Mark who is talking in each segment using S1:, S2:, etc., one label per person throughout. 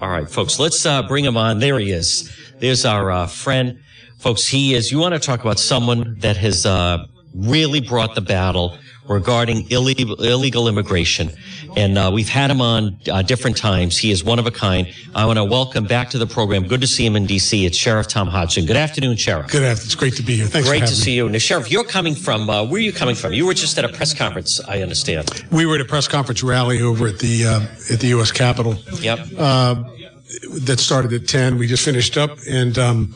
S1: All right, folks, let's uh, bring him on. There he is. There's our uh, friend. Folks, he is, you want to talk about someone that has uh, really brought the battle regarding illegal, illegal immigration. And uh, we've had him on uh, different times. He is one of a kind. I want to welcome back to the program. Good to see him in D.C. It's Sheriff Tom Hodgson. Good afternoon, Sheriff.
S2: Good afternoon. It's great to be here. Thanks
S1: Great
S2: for
S1: to
S2: having me.
S1: see you. Now, Sheriff, you're coming from, uh, where are you coming from? You were just at a press conference, I understand.
S2: We were at a press conference rally over at the uh, at the U.S. Capitol
S1: Yep.
S2: that started at ten. We just finished up, and um,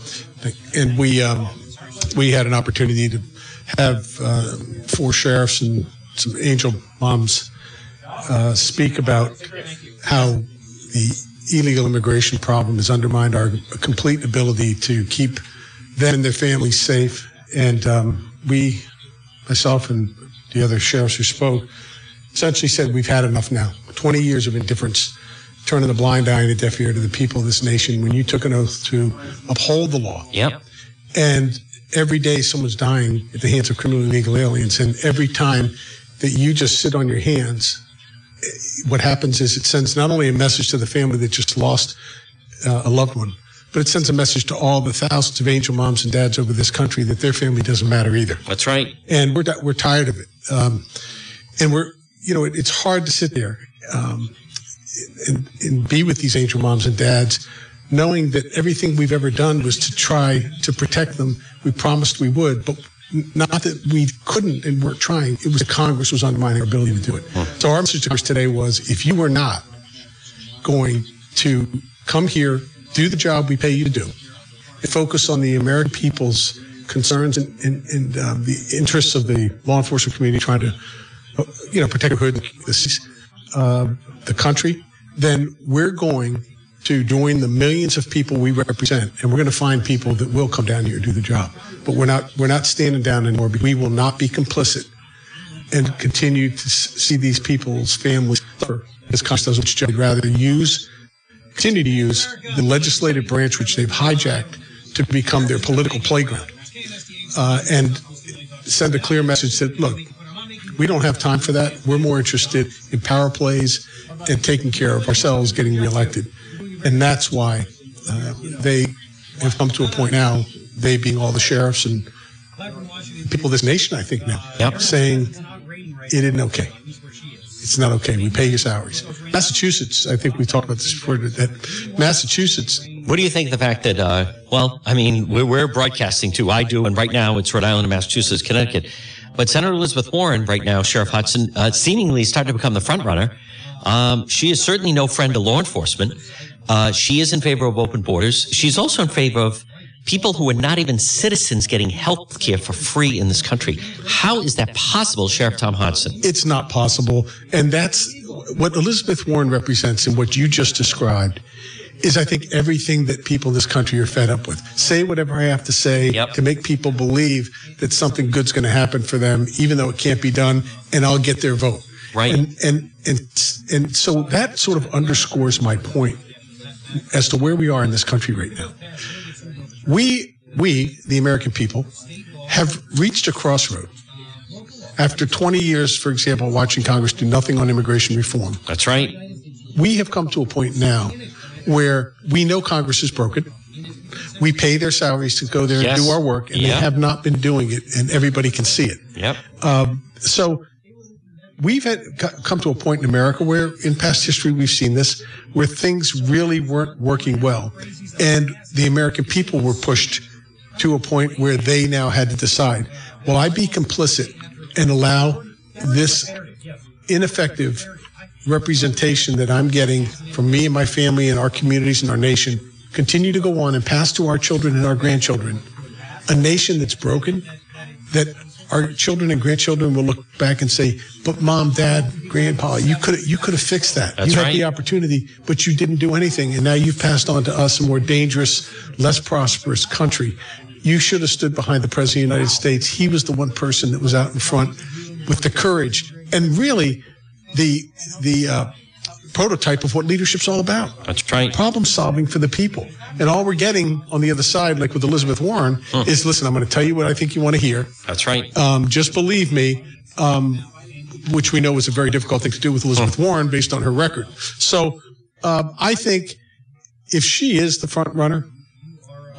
S2: and we um, we had an opportunity to have uh, four sheriffs and some angel moms uh, speak about how the illegal immigration problem has undermined our complete ability to keep them and their families safe, and um, we, myself and the other sheriffs who spoke, essentially said we've had enough now. 20 years of indifference, turning the blind eye and a deaf ear to the people of this nation when you took an oath to uphold the law.
S1: yep.
S2: And every day someone's dying at the hands of criminal illegal aliens. And every time that you just sit on your hands, eh, what happens is it sends not only a message to the family that just lost uh, a loved one, but it sends a message to all the thousands of angel moms and dads over this country that their family doesn't matter either
S1: That's right.
S2: and we're di- we're tired of it. Um, and we're you know it, it's hard to sit there um, and, and be with these angel moms and dads, knowing that everything we've ever done was to try to protect them. We promised we would, but not that we couldn't and weren't trying. It was Congress was undermining our ability to do it. So our message to Congress today was: if you were not going to come here, do the job we pay you to do, and focus on the American people's concerns and, and, and um, the interests of the law enforcement community trying to, uh, you know, protect the hood, the, c- uh, the country, then we're going to join the millions of people we represent, and we're going to find people that will come down here and do the job. But we're not we're not standing down anymore. We will not be complicit and continue to s- see these people's families suffer as Congress does, which they'd rather use, continue to use the legislative branch, which they've hijacked to become their political playground, uh, and send a clear message that, look, we don't have time for that. We're more interested in power plays and taking care of ourselves getting reelected. And that's why uh, they have come to a point now, they being all the sheriffs and people of this nation, I think now,
S1: Yep.
S2: saying it isn't okay. It's not okay. We pay your salaries. Massachusetts, I think we talked about this before, that Massachusetts
S1: What do you think of the fact that, uh, well, I mean, we're, we're broadcasting too. I do, and right now it's Rhode Island and Massachusetts, Connecticut. But Senator Elizabeth Warren, right now, Sheriff Hudson, uh, seemingly is starting to become the front runner. Um, she is certainly no friend to law enforcement. Uh, she is in favor of open borders. She's also in favor of people who are not even citizens getting health care for free in this country. How is that possible, Sheriff Tom Hodson?
S2: it's not possible. And that's what Elizabeth Warren represents and what you just described is I think everything that people in this country are fed up with. Say whatever I have to say
S1: Yep.
S2: to make people believe that something good's going to happen for them, even though it can't be done, and I'll get their vote.
S1: Right.
S2: And and and and so that sort of underscores my point as to where we are in this country right now. We we, the American people, have reached a crossroad after 20 years, for example, watching Congress do nothing on immigration reform,
S1: That's right.
S2: we have come to a point now where we know Congress is broken. We pay their salaries to go there
S1: Yes.
S2: and do our work, and
S1: Yeah.
S2: they have not been doing it, and everybody can see it.
S1: Yep.
S2: So we've had, co- come to a point in America where, in past history, we've seen this, where things really weren't working well, and the American people were pushed to a point where they now had to decide: Will I be complicit and allow this ineffective representation that I'm getting from me and my family and our communities and our nation continue to go on and pass to our children and our grandchildren a nation that's broken that our children and grandchildren will look back and say, "But mom, dad, grandpa, you could you could have fixed that.
S1: That's
S2: you had
S1: right.
S2: the opportunity, but you didn't do anything, and now you've passed on to us a more dangerous, less prosperous country. You should have stood behind the president of the United States. He was the one person that was out in front with the courage and really the the uh, prototype of what leadership's all about."
S1: That's right.
S2: problem solving for the people. And all we're getting on the other side, like with Elizabeth Warren, is listen, I'm going to tell you what I think you want to hear.
S1: That's right.
S2: Um, just believe me, um, which we know was a very difficult thing to do with Elizabeth Warren based on her record. So um, I think if she is the front runner,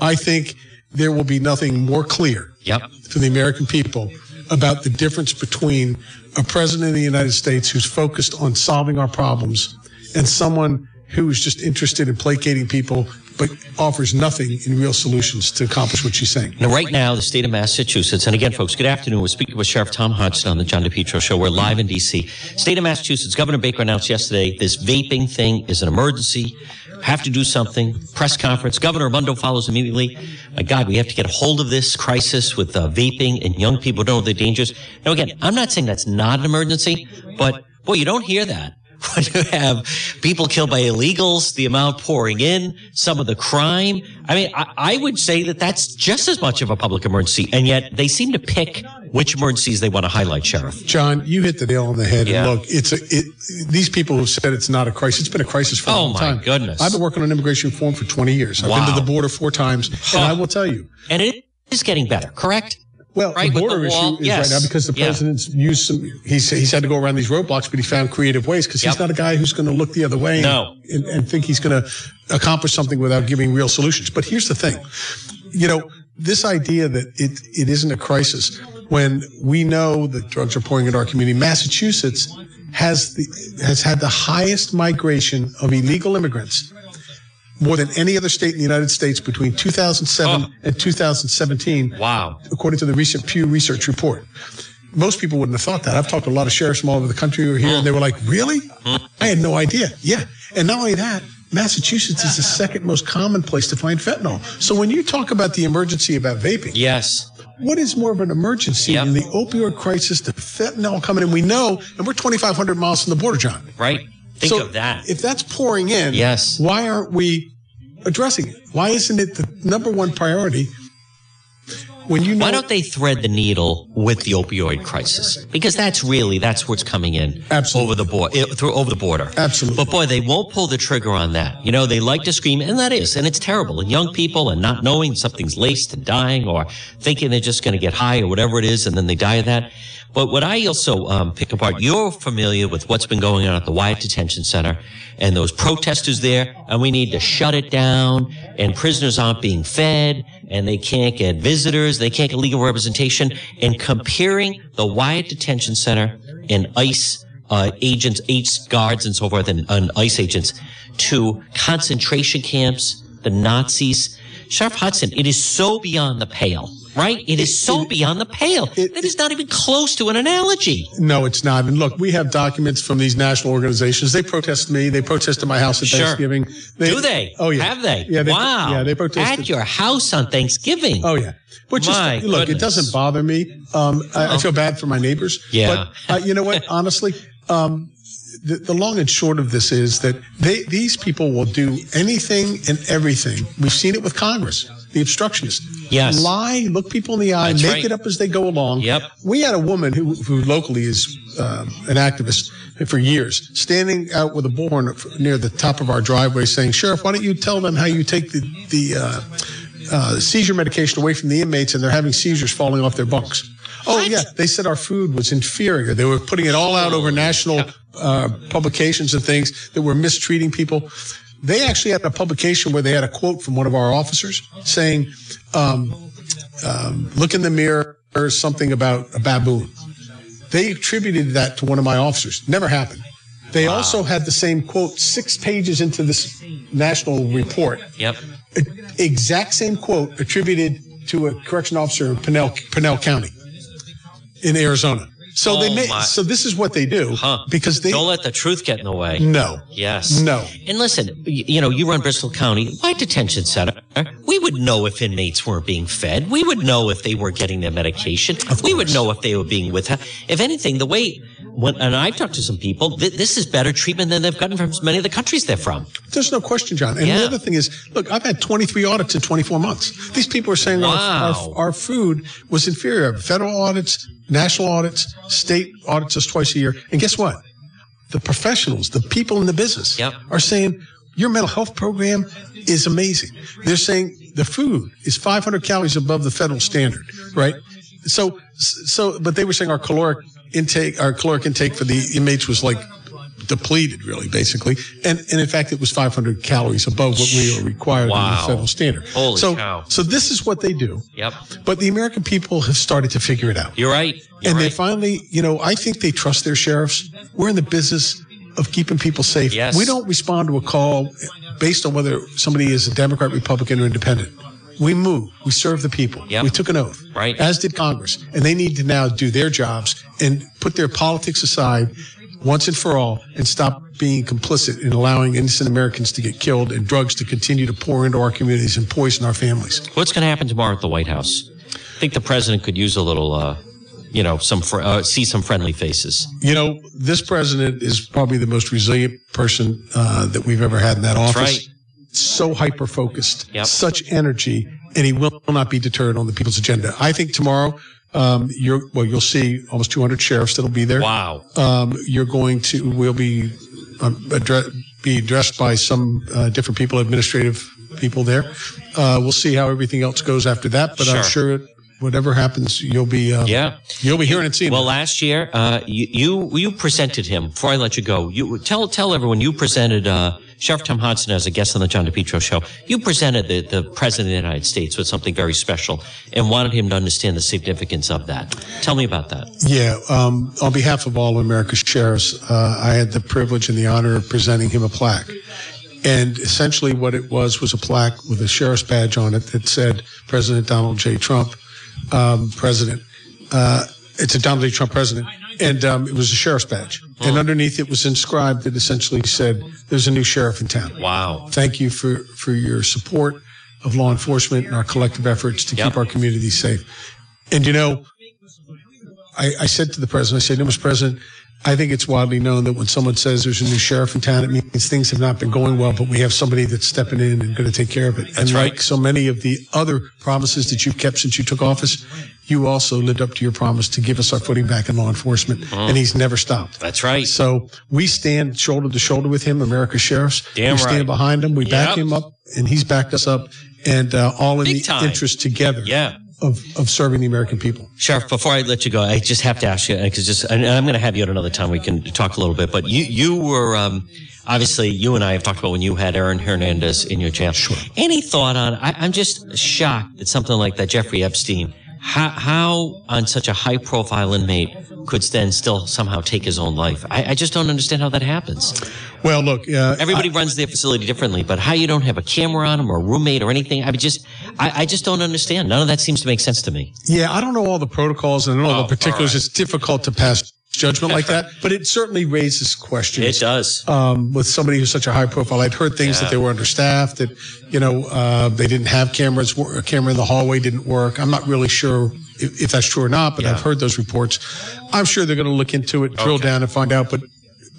S2: I think there will be nothing more clear
S1: Yep.
S2: to the American people about the difference between a president of the United States who's focused on solving our problems and someone who is just interested in placating people but offers nothing in real solutions to accomplish what she's saying.
S1: Now, right now, the state of Massachusetts, and again, folks, good afternoon. We're speaking with Sheriff Tom Hodgson on the John DePietro Show. We're live in D.C. State of Massachusetts, Governor Baker announced yesterday this vaping thing is an emergency. Have to do something. Press conference. Governor Armando follows immediately. My God, we have to get a hold of this crisis with uh, vaping and young people don't know the dangers. Now, again, I'm not saying that's not an emergency, but boy, you don't hear that. when you have people killed by illegals, the amount pouring in, some of the crime. I mean, I, I would say that that's just as much of a public emergency, and yet they seem to pick which emergencies they want to highlight, Sheriff.
S2: John, you hit the nail on the head.
S1: Yeah.
S2: And look, it's a, it, these people who said it's not a crisis. It's been a crisis for a
S1: Oh,
S2: long
S1: my
S2: time.
S1: goodness.
S2: I've been working on immigration reform for 20 years. I've been
S1: Wow.
S2: to the border four times, and I will tell you,
S1: And it is getting better, correct?
S2: Well,
S1: Right,
S2: the
S1: with
S2: border
S1: the wall,
S2: issue is
S1: yes.
S2: right now because the
S1: Yeah.
S2: president's used some. He's he's had to go around these roadblocks, but he found creative ways because
S1: Yep.
S2: he's not a guy who's going to look the other way
S1: No.
S2: and, and think he's going to accomplish something without giving real solutions. But here's the thing, you know, this idea that it it isn't a crisis when we know that drugs are pouring into our community. Massachusetts has the has had the highest migration of illegal immigrants. More than any other state in the United States between 2007
S1: Oh.
S2: and 2017,
S1: Wow.
S2: according to the recent Pew Research report. Most people wouldn't have thought that. I've talked to a lot of sheriffs from all over the country who are here, and they were like, "Really? I had no idea." Yeah, and not only that, Massachusetts is the second most common place to find fentanyl. So when you talk about the emergency about vaping,
S1: Yes.
S2: what is more of an emergency
S1: Yep.
S2: than the opioid crisis, the fentanyl coming in? We know, and we're 2,500 miles from the border, John.
S1: Right. Think
S2: so
S1: of that.
S2: If that's pouring in,
S1: Yes.
S2: Why aren't we addressing it? Why isn't it the number one priority? When you know
S1: Why don't they thread the needle with the opioid crisis? Because that's really that's what's coming in
S2: Absolutely.
S1: over the border through over the border.
S2: Absolutely.
S1: But boy, they won't pull the trigger on that. You know, they like to scream, and that is, and it's terrible. And young people and not knowing something's laced and dying, or thinking they're just going to get high or whatever it is, and then they die of that. But what I also um, pick apart, you're familiar with what's been going on at the Wyatt Detention Center and those protesters there, and we need to shut it down. And prisoners aren't being fed, and they can't get visitors, they can't get legal representation. And comparing the Wyatt Detention Center and ICE uh, agents, ICE guards, and so forth, and, and ICE agents to concentration camps, the Nazis. Sheriff Hudson, it is so beyond the pale, right? It is so beyond the pale.
S2: it-
S1: that is not even close to an analogy.
S2: No, it's not. And look, we have documents from these national organizations. They protest me. They protested my house at
S1: Sure.
S2: Thanksgiving.
S1: Do they?
S2: Oh yeah.
S1: Have they?
S2: Yeah. They,
S1: wow.
S2: Yeah. They
S1: At
S2: protested.
S1: your house on Thanksgiving.
S2: oh yeah. Which
S1: My
S2: is look,
S1: goodness.
S2: it doesn't bother me. Um, I, I feel bad for my neighbors.
S1: Yeah.
S2: But uh, you know what? Honestly, um, the, the long and short of this is that they, these people will do anything and everything. We've seen it with Congress, the obstructionists.
S1: Yes.
S2: Lie, look people in the eye,
S1: That's
S2: make
S1: right.
S2: it up as they go along.
S1: Yep.
S2: We had a woman who, who locally is um, an activist for years, standing out with a bullhorn near the top of our driveway, saying, "Sheriff, why don't you tell them how you take the the uh, uh, seizure medication away from the inmates, and they're having seizures falling off their bunks." Oh yeah, they said our food was inferior. They were putting it all out over national uh, publications and things that were mistreating people. They actually had a publication where they had a quote from one of our officers saying, um, look in the mirror or something about a baboon. They attributed that to one of my officers. Never happened. They also had the same quote six pages into this national report.
S1: Yep.
S2: E- Exact same quote attributed to a correction officer in Pinell, Pinell County in Arizona. So
S1: Oh,
S2: they made,
S1: my.
S2: so this is what they do
S1: Huh.
S2: because they
S1: Don't let the truth get in the way.
S2: no
S1: Yes.
S2: No.
S1: And listen, you, you know, you run Bristol County. Why detention center? We would know if inmates weren't being fed. We would know if they were getting their medication. We would know if they were being with. If anything, the way when and I've talked to some people, th- this is better treatment than they've gotten from many of the countries they're from.
S2: There's no question, John. And
S1: Yeah.
S2: the other thing is, look, I've had 23 audits in 24 months. These people are saying our-
S1: Wow.
S2: our, our, food was inferior. Federal audits, national audits, state audits us twice a year. And guess what? The professionals, the people in the business
S1: Yep.
S2: are saying your mental health program is amazing. They're saying the food is 500 calories above the federal standard, right? So, so, but they were saying our caloric intake, our caloric intake for the inmates was like depleted, really, basically. And, and in fact, it was 500 calories above what we were required under
S1: Wow.
S2: the federal standard.
S1: Holy
S2: so,
S1: cow.
S2: So this is what they do.
S1: Yep.
S2: But the American people have started to figure it out.
S1: You're right. You're
S2: and they
S1: right.
S2: finally, you know, I think they trust their sheriffs. We're in the business of keeping people safe.
S1: Yes.
S2: We don't respond to a call based on whether somebody is a Democrat, Republican, or independent. We move. We serve the people.
S1: Yep.
S2: We took an oath.
S1: Right.
S2: As did Congress. And they need to now do their jobs and put their politics aside once and for all and stop being complicit in allowing innocent Americans to get killed and drugs to continue to pour into our communities and poison our families.
S1: What's going to happen tomorrow at the White House? I think the president could use a little, uh, you know, some fr- uh, see some friendly faces.
S2: You know, this president is probably the most resilient person uh, that we've ever had in that office.
S1: right.
S2: So hyper focused,
S1: Yep.
S2: such energy, and he will not be deterred on the people's agenda. I think tomorrow, um, you're well, you'll see almost 200 sheriffs that'll be there.
S1: Wow.
S2: Um, you're going to will be um, addre- be addressed by some uh, different people, administrative people there. Uh, we'll see how everything else goes after that, but I'm
S1: Sure.
S2: sure whatever happens, you'll be um,
S1: Yeah.
S2: you'll be hearing and seeing.
S1: Well, last year, uh, you, you you presented him. Before I let you go, you tell tell everyone you presented uh, Sheriff Tom Hodson as a guest on the John DePietro show. You presented the, the president of the United States with something very special and wanted him to understand the significance of that. Tell me about that.
S2: Yeah, um, on behalf of all of America's sheriffs, uh, I had the privilege and the honor of presenting him a plaque. And essentially, what it was was a plaque with a sheriff's badge on it that said President Donald J. Trump, um, President. Uh, it's a Donald J. Trump president. And um, it was a sheriff's badge. And underneath it was inscribed that essentially said, There's a new sheriff in town
S1: Wow.
S2: thank you for, for your support of law enforcement and our collective efforts to
S1: Yep.
S2: keep our community safe. And you know, I, I said to the president, I said, no, Mr. President, I think it's widely known that when someone says there's a new sheriff in town, it means things have not been going well, but we have somebody that's stepping in and going to take care of it. and
S1: right.
S2: like so many of the other promises that you've kept since you took office, you also lived up to your promise to give us our footing back in law enforcement.
S1: Uh-huh.
S2: And he's never stopped.
S1: That's right.
S2: So we stand shoulder to shoulder with him, America's sheriffs.
S1: Damn
S2: we
S1: right.
S2: stand behind him. We back
S1: Yep.
S2: him up, and he's backed us up, and uh, all in
S1: Big
S2: the
S1: time.
S2: interest together
S1: Yeah.
S2: of, of serving the American people.
S1: Sheriff, before I let you go, I just have to ask you because just and and I'm going to have you at another time. We can talk a little bit, but you you were um, obviously you and I have talked about when you had Aaron Hernandez in your jail. Sure. Any thought on? I, I'm just shocked that something like that, Jeffrey Epstein, how, how on such a high profile inmate could then still somehow take his own life? I, I just don't understand how that happens.
S2: Well, look, uh,
S1: Everybody runs their facility differently, but how you don't have a camera on him or a roommate or anything? I mean, just I, I just don't understand. None of that seems to make sense to me.
S2: yeah, I don't know all the protocols and I don't know
S1: Oh,
S2: the particulars.
S1: all right.
S2: It's difficult to pass judgment like that, but it certainly raises questions.
S1: It does.
S2: um, with somebody who's such a high profile. I'd heard things that they were understaffed, that you know uh, they didn't have cameras, wor- a camera in the hallway didn't work. I'm not really sure if, if that's true or not, but I've heard those reports. I'm sure they're going to look into it, drill down, and find out. But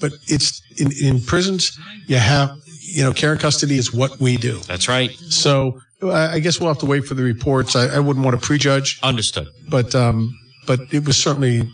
S2: but it's in, in prisons you have you know care and custody is what we do.
S1: That's right.
S2: So I, I guess we'll have to wait for the reports. I, I wouldn't want to prejudge,
S1: Understood.
S2: but um, but it was certainly.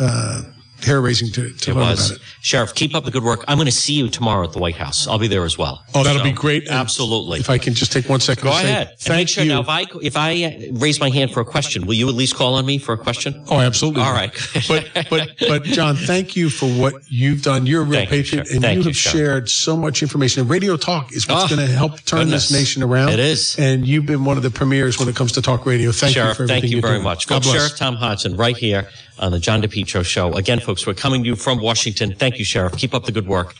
S2: Uh, Hair raising to, to
S1: It
S2: learn
S1: was.
S2: about it.
S1: Sheriff, keep up the good work. I'm going to see you tomorrow at the White House. I'll be there as well.
S2: Oh, that'll
S1: So,
S2: be great. And
S1: Absolutely.
S2: If I can just take one second.
S1: Go
S2: to say
S1: ahead. and make
S2: Thank
S1: sure
S2: you.
S1: now if I if I uh, raise my hand for a question, will you at least call on me for a question?
S2: oh, absolutely.
S1: All right.
S2: but but but John, thank you for what you've done. You're a real
S1: Thank you,
S2: patriot,
S1: Sean.
S2: and
S1: Thank
S2: you
S1: you,
S2: have
S1: Sean.
S2: shared so much information. And Radio Talk is what's
S1: Oh,
S2: going to help turn
S1: goodness.
S2: this nation around.
S1: It is.
S2: and you've been one of the premiers when it comes to talk radio. Thank you
S1: Sheriff,
S2: for everything
S1: thank you
S2: you're
S1: very
S2: doing.
S1: much.
S2: God
S1: Folks,
S2: bless.
S1: Sheriff Tom Hodson right here on the John DePietro Show. Again, folks, we're coming to you from Washington. Thank you, Sheriff. Keep up the good work.